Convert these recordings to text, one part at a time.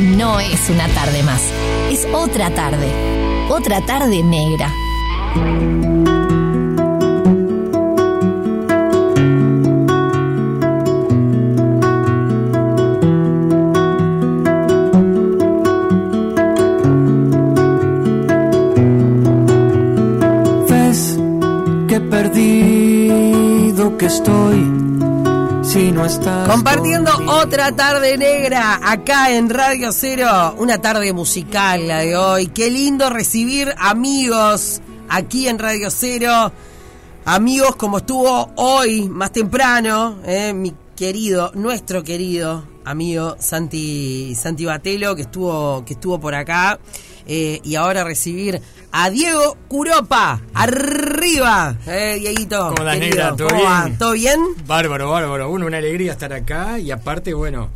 no es una tarde más, es otra tarde, otra tarde negra. Ves que perdido que estoy si no estás Compartiendo conmigo. otra tarde negra acá en Radio Cero, una tarde musical la de hoy. Qué lindo recibir amigos aquí en Radio Cero, amigos como estuvo hoy más temprano, eh, mi querido, nuestro querido amigo Santi Santi Batelo que estuvo que estuvo por acá eh, y ahora recibir a Diego Curopa arriba, eh, Dieguito. ¿Cómo andás, querido? negra? ¿Todo ¿Cómo va? bien? ¿Todo bien? Bárbaro, bárbaro. Uno, una alegría estar acá y aparte, bueno,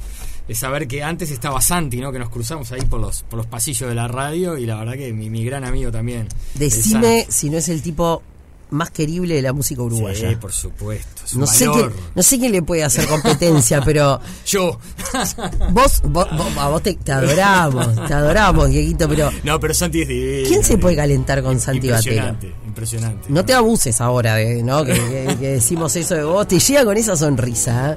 es saber que antes estaba Santi, ¿no? Que nos cruzamos ahí por los, por los pasillos de la radio y la verdad que mi, mi gran amigo también. el Decime Santi. si no es el tipo más querible de la música uruguaya. Sí, por supuesto. Es un no, sé qué, valor. no sé quién le puede hacer competencia, pero Yo. vos, vos, vos- a vos te, te adoramos, te adoramos, Dieguito, pero no, pero Santi es divino. ¿quién se puede calentar con Santi Batero? Impresionante, impresionante. No te abuses ahora, de, ¿no? Que, que- que decimos eso de vos, te llega con esa sonrisa. ¿eh?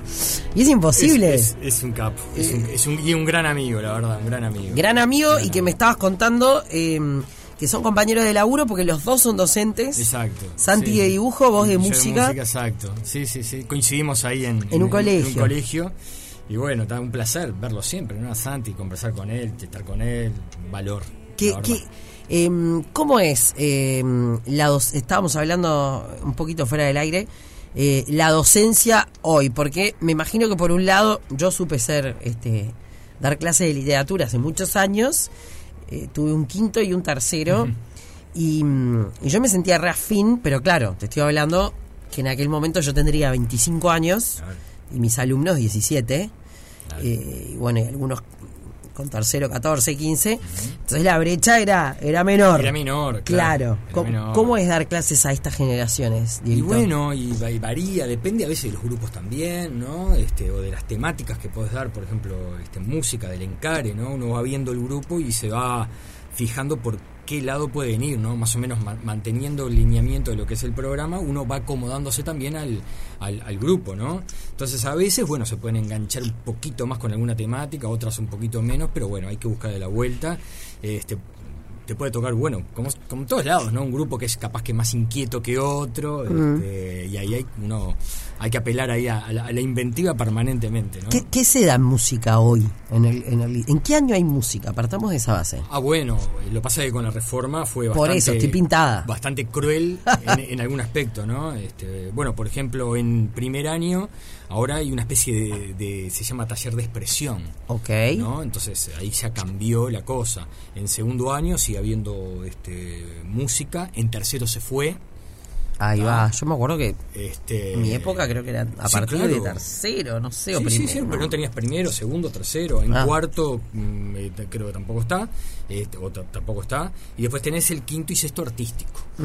Y es imposible. Eh. Es, es- es un capo. Es un, es un- y un gran amigo, la verdad, un gran amigo. Gran amigo y que me estabas contando eh, que son compañeros de laburo porque los dos son docentes. Exacto. Santi sí. de dibujo, vos de Yo música. Exacto. Sí, sí, sí. Coincidimos ahí en, un colegio. un colegio. Y bueno, está un placer verlo siempre, ¿no? A Santi, conversar con él, estar con él, valor. ¿Qué- la verdad. qué- em, ¿Cómo es? em, la doc- estábamos hablando un poquito fuera del aire. eh, la docencia hoy, porque me imagino que por un lado yo supe ser, este, dar clases de literatura hace muchos años, eh, tuve un quinto y un tercero, y, mm, y yo me sentía re afín, pero claro, te estoy hablando que en aquel momento yo tendría 25 años Claro. y mis alumnos 17, Claro. eh, y bueno, y algunos con tercero, 14, 15. Entonces la brecha era, era menor. Era menor, claro, Claro. era ¿Cómo, menor. cómo es dar clases a estas generaciones? Y Dieguito? bueno, y, va- y varía, depende a veces de los grupos también, ¿no? Este, o de las temáticas que podés dar, por ejemplo, este, música, del encare, ¿no? Uno va viendo el grupo y se va fijando por qué lado pueden ir, ¿no? Más o menos ma- manteniendo el lineamiento de lo que es el programa, uno va acomodándose también al, al, al grupo, ¿no? Entonces a veces, bueno, se pueden enganchar un poquito más con alguna temática, otras un poquito menos, pero bueno, hay que buscar de la vuelta. Este, te puede tocar, bueno, como, como en todos lados, ¿no? Un grupo que es capaz que más inquieto que otro, este, y ahí hay, uno, hay que apelar ahí a, a la, a la inventiva permanentemente, ¿no? ¿Qué, qué se da en música hoy? En, el- en el- ¿en qué año hay música? Partamos de esa base. Ah, bueno, lo pasa que con la reforma fue Por bastante... eso, estoy pintada. Bastante cruel en, en algún aspecto, ¿no? Este, bueno, por ejemplo, en primer año, ahora hay una especie de- de se llama taller de expresión. Ok. ¿no? Entonces ahí ya cambió la cosa. En segundo año sigue habiendo este, música, en tercero se fue. Ahí va. Yo me acuerdo que Este, en mi época creo que era a Ah. sí, partir claro. de tercero, no Sí, sé, o sí, primero. sí, pero no tenías primero, segundo, tercero. En Ah. cuarto mm, eh, t- creo que tampoco está, este, o t- tampoco está. Y después tenés el quinto y sexto artístico. Mm.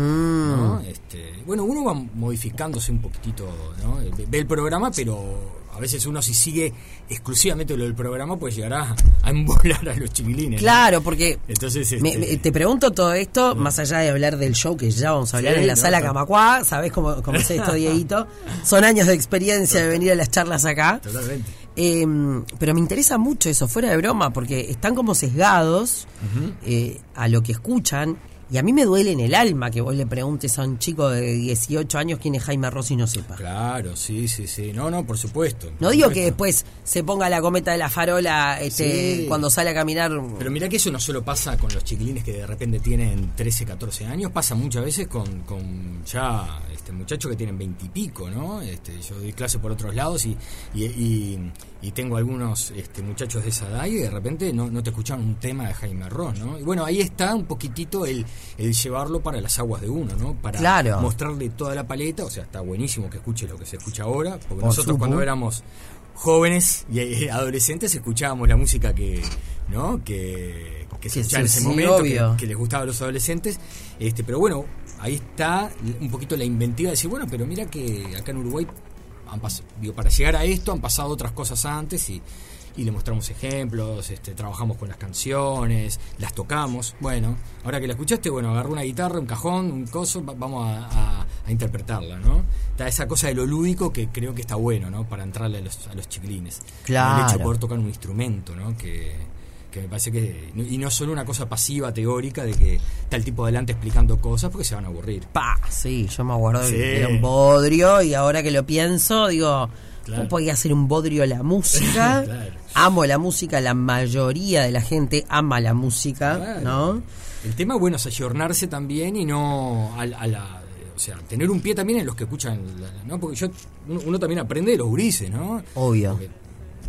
¿no? Este, bueno, uno va modificándose un poquitito, ¿no? Eh, Ve- Ve el programa, pero a veces uno si sigue exclusivamente lo del programa, pues llegará a embolar a los chiquilines. ¿no? Claro, porque Entonces, Me- este, me- te pregunto todo esto, más allá de hablar del show que ya vamos a hablar Sí, en la no, sala no. Camacuá, sabés cómo, cómo es esto, Dieguito. Son años de experiencia de venir a las charlas acá. Totalmente. Eh, pero me interesa mucho eso, fuera de broma, porque están como sesgados eh, a lo que escuchan. Y a mí me duele en el alma que vos le preguntes a un chico de 18 años quién es Jaime Rossi y no sepa. Claro, sí, sí, sí. No, no, por supuesto. No por digo que supuesto. después se ponga la cometa de la farola este, Sí. cuando sale a caminar. Pero mirá que eso no solo pasa con los chiquilines que de repente tienen 13, 14 años, pasa muchas veces con, con ya este muchachos que tienen 20 y pico, ¿no? Este, yo doy clase por otros lados y, y, y- y tengo algunos este, muchachos de esa edad y de repente no, no te escucharon un tema de Jaime Ross, ¿no? Y bueno, ahí está un poquitito el, el llevarlo para las aguas de uno, ¿no? Para Claro. mostrarle toda la paleta, o sea, está buenísimo que escuche lo que se escucha ahora, porque Por nosotros cuando supuesto. éramos jóvenes y eh, adolescentes escuchábamos la música que no que, que se Que escuchaba en ese sí, momento que- obvio. que, les gustaba a los adolescentes este pero bueno ahí está un poquito la inventiva de decir bueno pero mira que acá en Uruguay han pas- digo, para llegar a esto han pasado otras cosas antes y y le mostramos ejemplos, este, trabajamos con las canciones, las tocamos. Bueno, ahora que la escuchaste, bueno, agarró una guitarra, un cajón, un coso, va- vamos a, a- a interpretarla, ¿no? Está esa cosa de lo lúdico que creo que está bueno, ¿no? Para entrarle a los, a los chiquilines. Claro. El hecho de poder tocar un instrumento, ¿no? Que, que me parece que. Y no solo una cosa pasiva, teórica, de que está el tipo adelante explicando cosas porque se van a aburrir. Pa, sí, yo me acuerdo Sí. que era un bodrio y ahora que lo pienso, digo, Claro. ¿cómo podía ser un bodrio la música? Claro. Amo la música, la mayoría de la gente ama la música, Claro. Ah, ¿no? El tema, bueno, es ayornarse también y no al- a, la... O sea, tener un pie también en los que escuchan, la- la- ¿no? Porque yo, uno, uno también aprende de los grises, ¿no? Obvio. Porque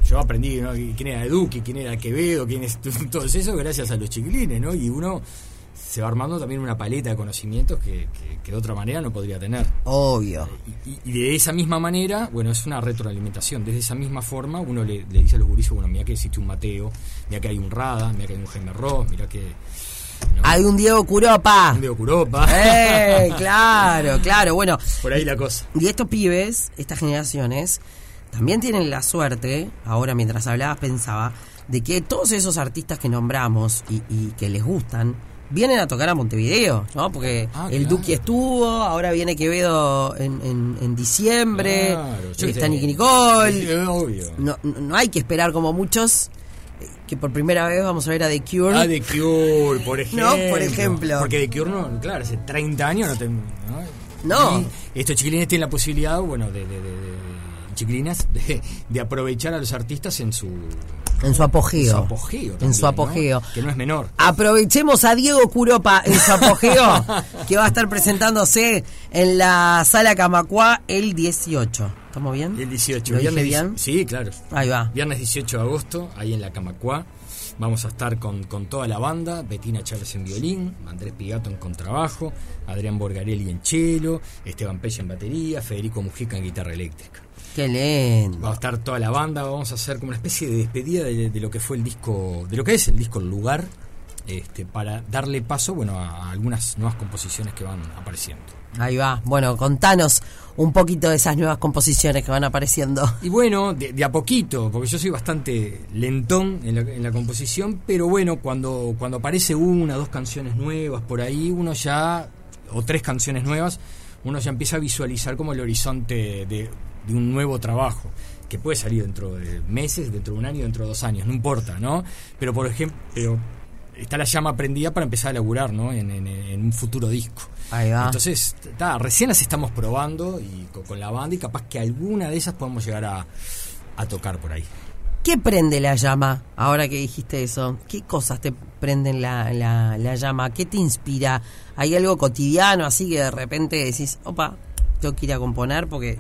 yo aprendí ¿no? quién era Duque, quién era Quevedo, quién es todo eso, gracias a los chiquilines, ¿no? Y uno se va armando también una paleta de conocimientos que, que- que de otra manera no podría tener. Obvio. Y, y- y de esa misma manera, bueno, es una retroalimentación. Desde esa misma forma, uno le, le dice a los gurises, bueno, mira que existe un Mateo, mira que hay un Rada, mira que hay un Jaime Ross, mira que... ¿no? Hay un Diego Curopa. de Ocuropa. ¡Eh! Claro, claro. Bueno, Por ahí la cosa. Y estos pibes, estas generaciones, también tienen la suerte, ahora mientras hablabas pensaba, de que todos esos artistas que nombramos y, y que les gustan, vienen a tocar a Montevideo, ¿no? Porque Ah, el claro. Duque estuvo, ahora viene Quevedo en, en- en diciembre, Claro, yo qué está sé. Nicky Nicole, Sí, obvio. no, no- no hay que esperar como muchos, eh, que por primera vez vamos a ver a The Cure. Ah, The Cure, por ejemplo. No, por ejemplo. Porque The Cure, no, claro, hace 30 años no te... No. No. Y estos chiquilines tienen la posibilidad, bueno, de... de, de- de- chiquilinas, de, de aprovechar a los artistas en su... en su apogeo. en su apogeo. en también, su ¿no? apogeo. Que no es menor. Aprovechemos a Diego Curopa en su apogeo, que va a estar presentándose en la sala Camacuá el 18. ¿Estamos bien? El 18. ¿Lo dije viernes, bien? Sí, claro. Ahí va. Viernes 18 de agosto, ahí en la Camacuá. Vamos a estar con, con toda la banda, Bettina Charles en violín, Andrés Pigato en contrabajo, Adrián Borgarelli en cello, Esteban Pella en batería, Federico Mujica en guitarra eléctrica. Qué lindo. Va a estar toda la banda, vamos a hacer como una especie de despedida de, de lo que fue el disco, de lo que es el disco El Lugar, este, para darle paso bueno, a algunas nuevas composiciones que van apareciendo. Ahí va. Bueno, contanos un poquito de esas nuevas composiciones que van apareciendo. Y bueno, de, de a poquito, porque yo soy bastante lentón en la, en la composición, pero bueno, cuando, cuando aparece una, dos canciones nuevas por ahí, uno ya, o tres canciones nuevas, uno ya empieza a visualizar como el horizonte de, de un nuevo trabajo, que puede salir dentro de meses, dentro de un año, dentro de dos años, no importa, ¿no? Pero por ejemplo, pero está la llama prendida para empezar a laburar, ¿no? En, en- en un futuro disco. Ahí va. Entonces, ta, recién las estamos probando y co- con, la banda y capaz que alguna de esas podamos llegar a, a tocar por ahí. ¿Qué prende la llama ahora que dijiste eso? ¿Qué cosas te prenden la, la, la llama? ¿Qué te inspira? ¿Hay algo cotidiano así que de repente decís, opa, tengo que ir a componer porque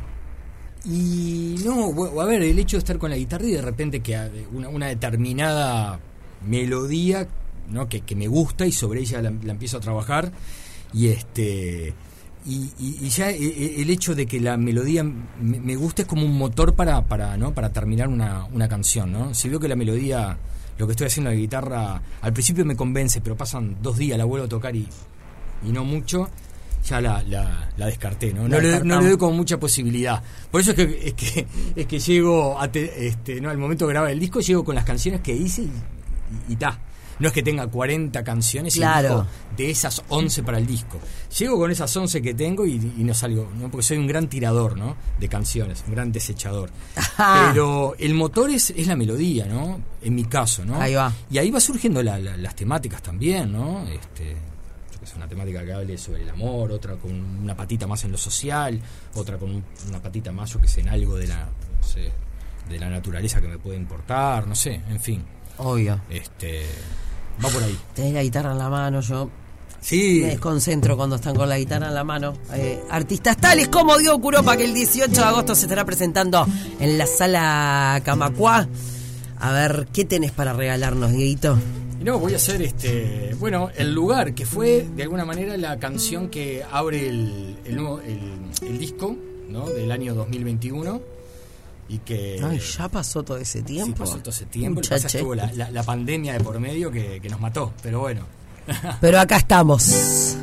Y no, bu- a ver, el hecho de estar con la guitarra y de repente que a- una, una determinada melodía ¿no? que, que me gusta y sobre ella la, la empiezo a trabajar y este y, y- y ya e- e- el hecho de que la melodía me, me gusta es como un motor para para no para terminar una, una canción no si veo que la melodía lo que estoy haciendo en la guitarra al principio me convence pero pasan dos días la vuelvo a tocar y, y no mucho, ya la, la, la descarté, ¿no? No, le, no le doy con mucha posibilidad. Por eso es que, es que, es que llego a te- este, ¿no? al momento de grabar el disco, llego con las canciones que hice y, y, y ta. No es que tenga 40 canciones y Claro. elijo de esas 11 para el disco. Llego con esas 11 que tengo y, y no salgo, ¿no? porque soy un gran tirador ¿no? de canciones, un gran desechador. Pero el motor es, es la melodía, ¿no? En mi caso, ¿no? Ahí va. Y ahí va surgiendo la- la- las temáticas también, ¿no? Este, yo qué sé, una temática que hable sobre el amor, otra con una patita más en lo social, otra con un- una patita más, yo que sé, en algo de la, no sé, de la naturaleza que me puede importar, no sé, en fin. Obvio. Este, va por ahí. Tenés la guitarra en la mano, yo Sí. me desconcentro cuando están con la guitarra en la mano. Eh, artistas tales como Diego Curopa, que el 18 de agosto se estará presentando en la sala Camacuá. A ver, ¿qué tenés para regalarnos, Dieguito? Y no, voy a hacer este. Bueno, El Lugar, que fue de alguna manera la canción que abre el, el nuevo- el- el disco ¿no? del año 2021 y que. Ay, ya pasó todo ese sí, tiempo. pasó todo ese tiempo. Lo que pasa es que Muchache. hubo la, la- la pandemia de por medio que, que nos mató, pero bueno. Pero acá estamos.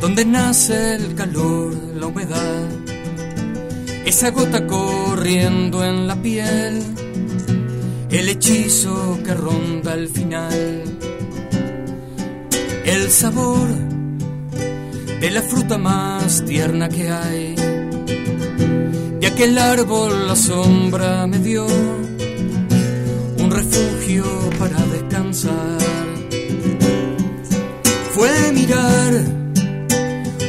donde nace el calor, la humedad, esa gota corriendo en la piel, el hechizo que ronda el final, el sabor de la fruta más tierna que hay, de aquel árbol la sombra me dio un refugio para descansar fue mirar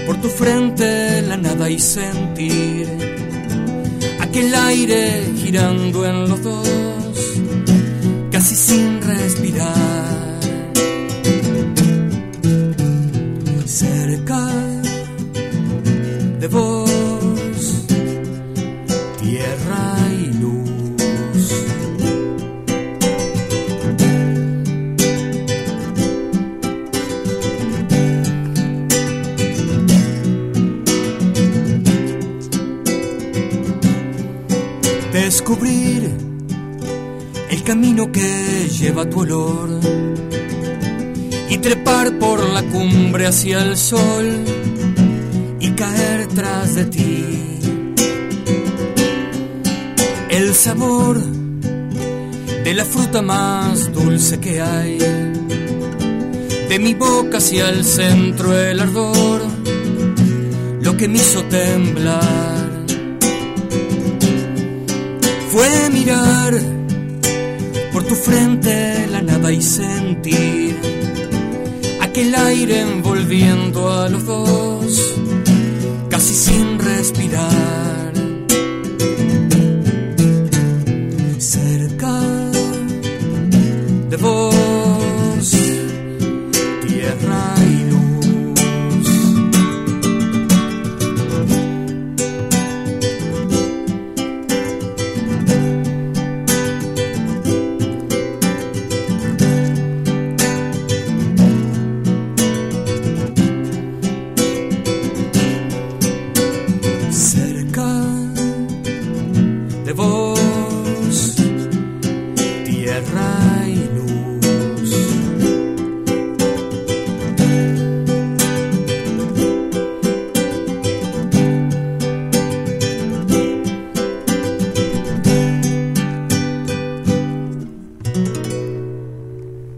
por tu frente la nada y sentir aquel aire girando en los dos, casi sin respirar. Cerca de vos, tierra y luz. descubrir el camino que lleva tu olor y trepar por la cumbre hacia el sol y caer tras de ti. El sabor de la fruta más dulce que hay, de mi boca hacia el centro el ardor, lo que me hizo temblar fue mirar por tu frente la nada y sentir aquel aire envolviendo a los dos, casi sin respirar. Cerca de vos, tierra y luz. cerca de vos, tierra y luz.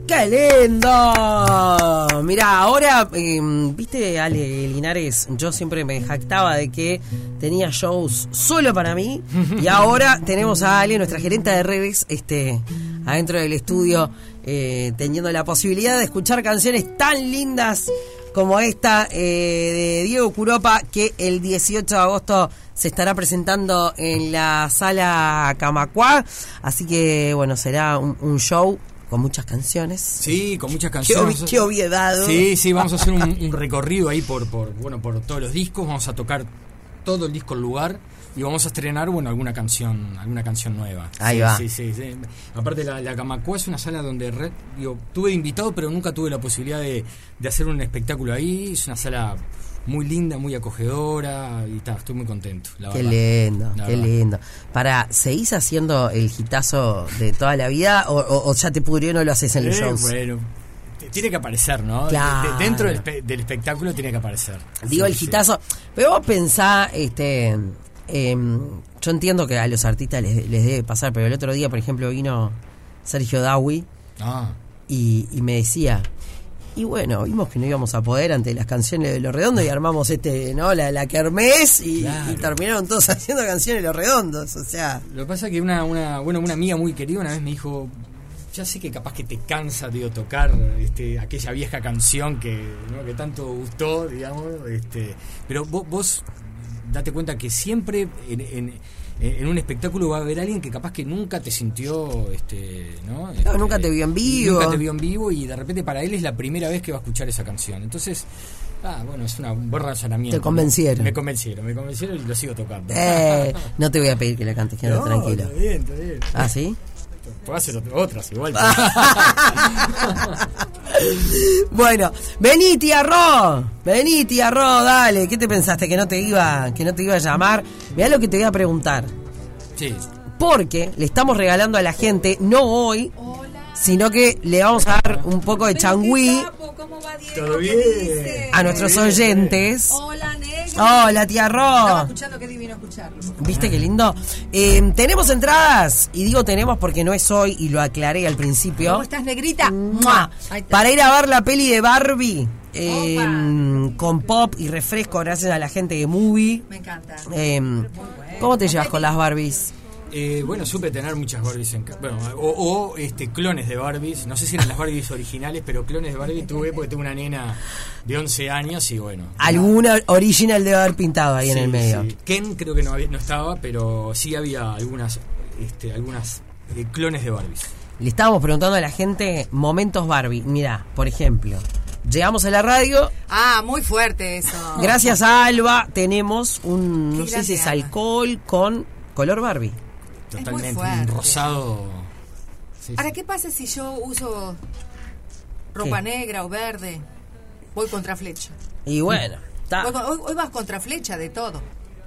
¡Qué lindo! Mirá, ahora, eh, viste, Ale Linares, yo siempre me jactaba de que tenía shows solo para mí. Y ahora tenemos a Ale, nuestra gerente de redes, este, adentro del estudio, eh, teniendo la posibilidad de escuchar canciones tan lindas como esta eh, de Diego Curopa, que el 18 de agosto se estará presentando en la sala Camacuá. Así que, bueno, será un, un show con muchas canciones. Sí, con muchas Qué, canciones. obvi- qué obviedad. Sí, sí, vamos a hacer un, un recorrido ahí por, por, bueno, por todos los discos, vamos a tocar todo el disco al lugar y vamos a estrenar, bueno, alguna canción, alguna canción nueva. Ahí Sí, va. Sí, sí, sí. Aparte la, la Camacua es una sala donde re- digo, tuve invitado, pero nunca tuve la posibilidad de, de hacer un espectáculo ahí. Es una sala muy linda, muy acogedora y está, estoy muy contento. La Qué verdad. lindo, La qué verdad. lindo. Para, ¿seguís haciendo el hitazo de toda la vida o, o- o ya te pudrió y no lo haces en los Eh, shows? bueno, t- tiene que aparecer, ¿no? Claro. De- de- dentro del, espe- del espectáculo tiene que aparecer. Digo Sí, el sí. hitazo. Pero vos pensá, este, em, yo entiendo que a los artistas les, les debe pasar, pero el otro día, por ejemplo, vino Sergio Dawi Ah. y, y me decía. Y bueno, vimos que no íbamos a poder ante las canciones de Los Redondos y armamos este, ¿no? La, la Kermés y, y Claro. terminaron todos haciendo canciones de Los Redondos, o sea. Lo que pasa es que una, una, bueno, una amiga muy querida una vez me dijo, ya sé que capaz que te cansa de tocar este, aquella vieja canción que, ¿no? que tanto gustó, digamos, este, pero vos, vos date cuenta que siempre en, en- en un espectáculo va a haber alguien que capaz que nunca te sintió, este, ¿no? Este, nunca te vio en vivo. Nunca te vio en vivo y de repente para él es la primera vez que va a escuchar esa canción. Entonces, ah, bueno, es una, un buen razonamiento. Te convencieron. Me convencieron, me convencieron y lo sigo tocando. Eh, no te voy a pedir que la cantes, quédate No, eh. tranquilo. está bien, está bien. ¿Ah, sí? Puedo hacer ot- otras igual. Bueno, vení, tía Ro. Vení, tía Ro, dale. ¿Qué te pensaste que no te iba, que no te iba a llamar? Mirá lo que te voy a preguntar. sí. Porque le estamos regalando a la gente, no hoy, sino que le vamos a dar un poco de changüí. Ah, ¿Cómo va Hola, Diego. ¿Todo ¿qué bien? dices? A nuestros oyentes. Hola, Negra. Hola, tía Estaba Ro. escuchando, qué divino escucharlo. ¿Viste qué lindo? Eh, tenemos entradas, y digo tenemos porque no es hoy y lo aclaré al principio. ¿Cómo estás, Negrita? ¡Mua! Ahí está. Para ir a ver la peli de Barbie eh, con pop y refresco, gracias a la gente de Movie. Me encanta. Eh, ¿Cómo te llevas con las Barbies? Eh, bueno, supe tener muchas Barbies en casa. Bueno, o, o, este, clones de Barbies. No sé si eran las Barbies originales, pero clones de Barbies tuve porque tengo una nena de 11 años y bueno. Alguna original debe haber pintado ahí en Sí, el medio. sí. Ken creo que no, había- no estaba, pero sí había algunas, este, algunas eh, clones de Barbies. Le estábamos preguntando a la gente momentos Barbie. Mirá, por ejemplo, llegamos a la radio, Ah, muy fuerte eso. gracias a Alba tenemos un, no Qué sé si es grande, Alba. alcohol con color Barbie. muy Totalmente. Un fuerte. rosado. Sí, Ahora, sí. ¿qué pasa si yo uso ropa ¿Qué? negra o verde? Voy contra flecha. Y bueno, está. Voy con- Hoy, hoy vas contra flecha de todo.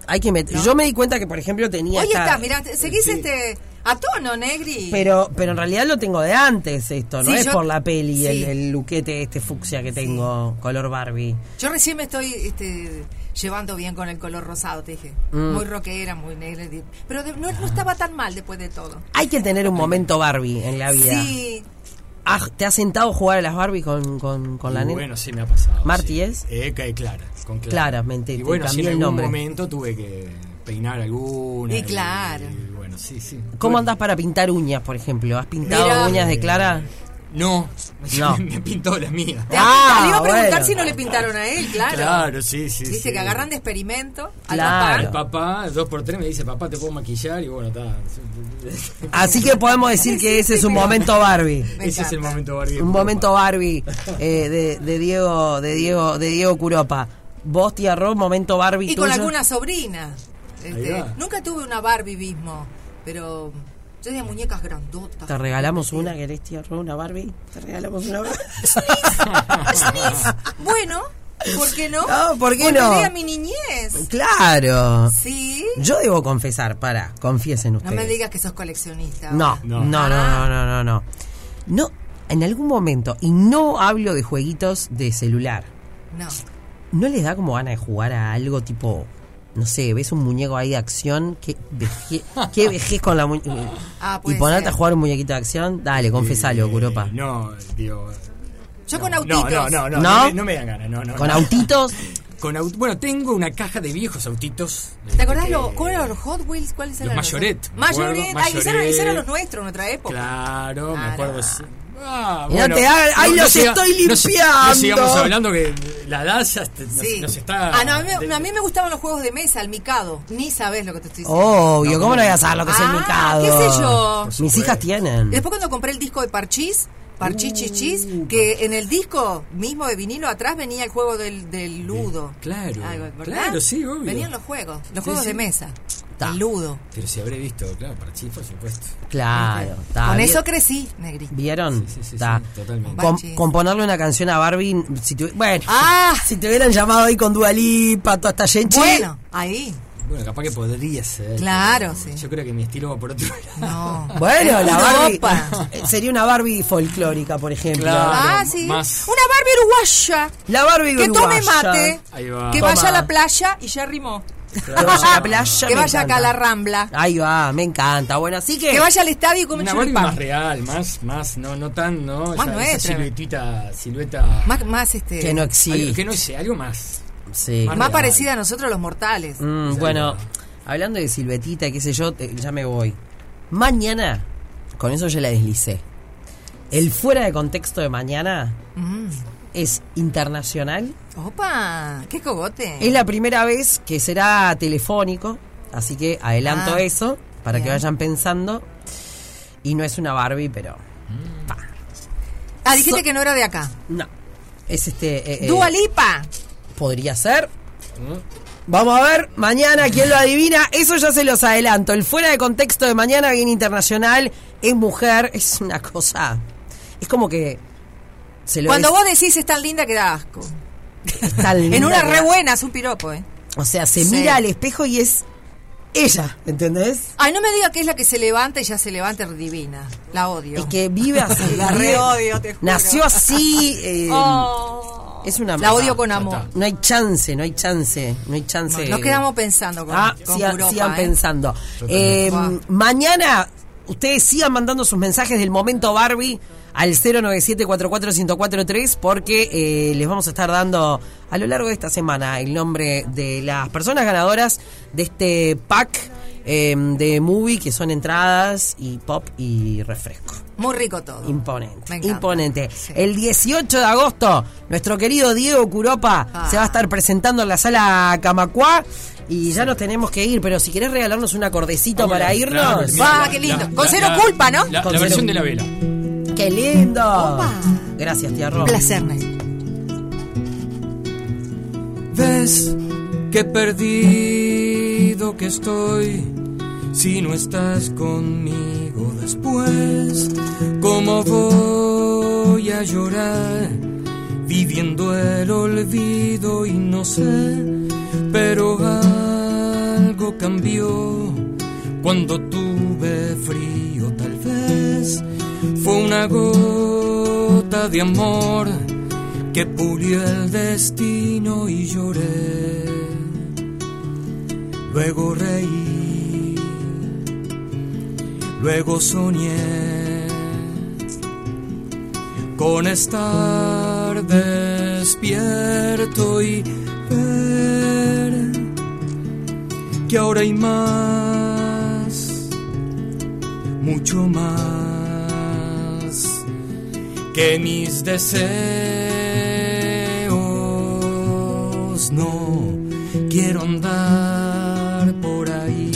Hay que met- Yo me di cuenta que, por ejemplo, tenía. Hoy esta- está, mirá, te- seguís este a tono, Negri. Pero, pero en realidad lo tengo de antes esto, no Sí, es yo- por la peli, sí. el, el luquete este fucsia que tengo, color Barbie. Yo recién me estoy este, llevando bien con el color rosado, te dije. Mm. Muy rockera, muy negra. di- Pero de- no, Ah. no estaba tan mal después de todo. Hay que tener un momento Barbie en la vida. Sí, Ah, ¿Te has sentado a jugar a las Barbie con, con, con la Y nena? Bueno, sí, me ha pasado. ¿Marti sí. es? Eh, que- Clara. Con Clara. Clara, me ent- Y te bueno, sí, cambié en el algún nombre. momento tuve que peinar alguna. Y claro. y bueno, sí, sí. ¿Cómo Tuve- andás para pintar uñas, por ejemplo? ¿Has pintado Mira. uñas de Clara? No, No. me pintó la mía. te Ah, le iba a preguntar bueno. si no le pintaron a él, claro. Claro, sí, sí. Dice sí. que agarran de experimento al Claro. El papá, dos por tres, me dice, papá, te puedo maquillar y bueno, está. Ese Así que podemos decir que ese es un momento Barbie. Me es el encanta. momento Barbie. Un momento Barbie eh, de, de Diego, de Diego, de Diego Curopa. Vos, tía Ro, momento Barbie Y con tuyo? alguna sobrina. Este, va. nunca tuve una Barbie mismo, pero yo tenía muñecas grandotas. ¿Te regalamos una? ¿Querés, tía Ro, una Barbie? ¿Te regalamos una Barbie? Ah, bueno, ¿por qué no? No, ¿por qué Volveré no? a mi niñez. Claro. Sí. Yo debo confesar, para, confiesen No ustedes. me digas que sos coleccionista. No, no, No. no, no, Ah. no, no, no. No, en algún momento, y no hablo de jueguitos de celular, No. ¿no les da como ganas de jugar a algo tipo, no sé, ves un muñeco ahí de acción, qué vejez, qué vejez con la muñeca... Ah, y puede ponerte ser. a jugar un muñequito de acción, dale, confesalo, Eh, Curopa. No, digo. Yo con no, autitos. No, no, no, no, ¿No? me- no me dan ganas, no, no. Con no. autitos, Con aut- bueno, tengo una caja de viejos autitos. ¿Te acordás que- lo, cuál eran los Hot Wheels? ¿Cuáles eran Los Mayoret, me acuerdo, Mayoret. Ay, esos eran- esos eran los Mayoret. nuestros, nuestra época. Claro, me Claro. acuerdo. sí. Ah, Y no te hagan- ¡ay, los siga- estoy no si- No, limpiando! sigamos hablando que la edad ya est- nos, Sí. nos está. Ah, no, a, mí, me- a mí me gustaban los juegos de mesa, el micado. Ni sabes lo que te estoy diciendo. obvio, ¿cómo no voy a saber lo que es el Ah, mercado? ¿qué sé yo? Por Mis supuesto. hijas Oh. tienen. Después cuando compré el disco de Parchís, Parchís Chichis, Uh, que en el disco mismo de vinilo atrás venía el juego del, del ludo. claro, Algo, ¿verdad? claro, sí, obvio. Venían los juegos, los Sí, juegos sí. de mesa. Ta. El ludo. Pero si habré visto, claro, para chis, por supuesto. Claro, está Con bien. eso crecí, negrito. ¿Vieron? Sí, sí, sí, Ta. sí, totalmente. Com- Baches. componerle una canción a Barbie, si tu- bueno, Ah. si te hubieran llamado ahí con Dua Lipa, toda esta gente. Bueno, ahí. Bueno, capaz que podría ser. Claro, pero sí. Yo creo que mi estilo va por otro lado. No. Bueno, la Una Barbie opa. eh, sería una Barbie folclórica, por ejemplo. Claro. Ah, sí. más. Una Barbie uruguaya. La Barbie Que tome uruguaya. mate. Ahí va. Que Toma. vaya a la playa y ya rimó. Que vaya a la playa. que me vaya acá encanta. a Eh, la rambla. Ahí va, me encanta. Bueno, así que Que vaya al estadio y come Una Barbie choripán. más real, más, más, no, no tan, ¿no? esa, Más esa nuestra. siluetita, silueta. Más, más, este. que no algo- existe. que no sé, algo más. Sí. Más Más real. parecida a nosotros los mortales. Mm, bueno, hablando de Silvetita, qué sé yo, te- ya me voy. Mañana, con eso ya la deslicé. El fuera de contexto de mañana Mm. es internacional. Opa, qué cogote. Es la primera vez que será telefónico, así que adelanto Ah, eso para que bien. vayan pensando. Y no es una Barbie, pero Ah, dijiste que no era de acá. no. Es este. eh, eh, Dua Lipa. podría ser. Vamos a ver mañana quién lo adivina. Eso ya se los adelanto. El fuera de contexto de mañana bien internacional es mujer. Es una cosa. Es como que se lo Cuando es- vos decís es tan linda que da asco. es tan En linda una que- re buena, es un piropo, ¿eh? O sea, se Sí. mira al espejo y es ella, ¿entendés? Ay, no me diga que es la que se levanta y ya se levanta divina. La odio. Es que vive así. La re- re odio, te juro. Nació así. eh, Oh. Es una La odio con amor. No hay chance, no hay chance, no hay chance. Nos quedamos pensando con, Ah, con sigan, Europa, sigan ¿eh? pensando. Eh, Wow. mañana ustedes sigan mandando sus mensajes del momento Barbie al 097-44143 porque eh, les vamos a estar dando a lo largo de esta semana el nombre de las personas ganadoras de este pack eh, de movie que son entradas y pop y refresco. Muy rico todo. Me Imponente. encanta. Imponente. Sí. El 18 de agosto, nuestro querido Diego Curopa Ah. se va a estar presentando en la sala Camacuá. Y ya nos tenemos que ir, pero si querés regalarnos una cordecita para Claro, irnos. mira, Va, la- qué lindo. la- Con la- cero la- culpa, ¿no? La, la Con cero versión de culpa. la vela. ¡Qué lindo! Opa. Gracias, tía Ro. Un placer, Nelly. Ves que perdido que estoy si no estás conmigo después. ¿Cómo voy a llorar viviendo el olvido y no sé? Pero algo cambió cuando tuve frío tal vez. Fue una gota de amor que pulió el destino y lloré. Luego reí, luego soñé con estar despierto y ver que ahora hay más, mucho más que mis deseos no quiero andar por ahí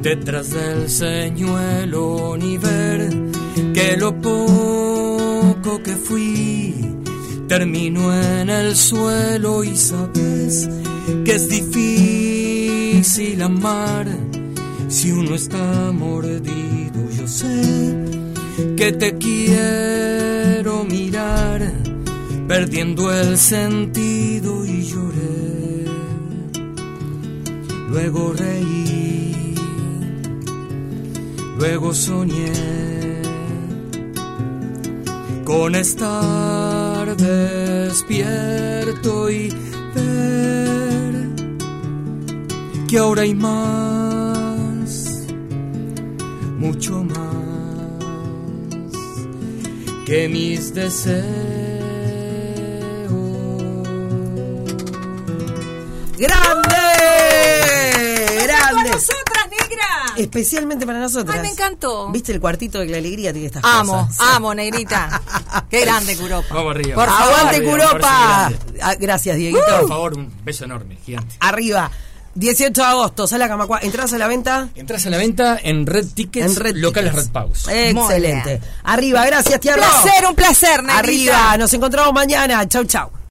detrás del señuelo ni ver que lo poco que fui terminó en el suelo y sabes que es difícil amar si uno está mordido yo sé que te quiero mirar, perdiendo el sentido y lloré. Luego reí, luego soñé con estar despierto y ver que ahora hay más mucho más que mis deseos. ¡Grande! ¡Con ¡Grande! nosotras, negra! Especialmente para nosotros. Ay, me encantó. ¿Viste el cuartito de la alegría? Tiene estas Amo, cosas. amo, negrita. Qué grande, Curopa. Vamos arriba. Por favor, ¡Aguante, Bien, Curopa! parece grande. Ah, Gracias, Dieguito. Por Uh. favor, un beso enorme, gigante. Arriba. 18 de agosto, sala Camacua. ¿Entradas a la venta? Entras a la venta en Red Tickets, En Red locales Tickets. Red Pagos. Excelente. Muy bien. Arriba, gracias, tía un Ro. placer, un placer, negrita. Arriba, nos encontramos mañana. Chau, chau.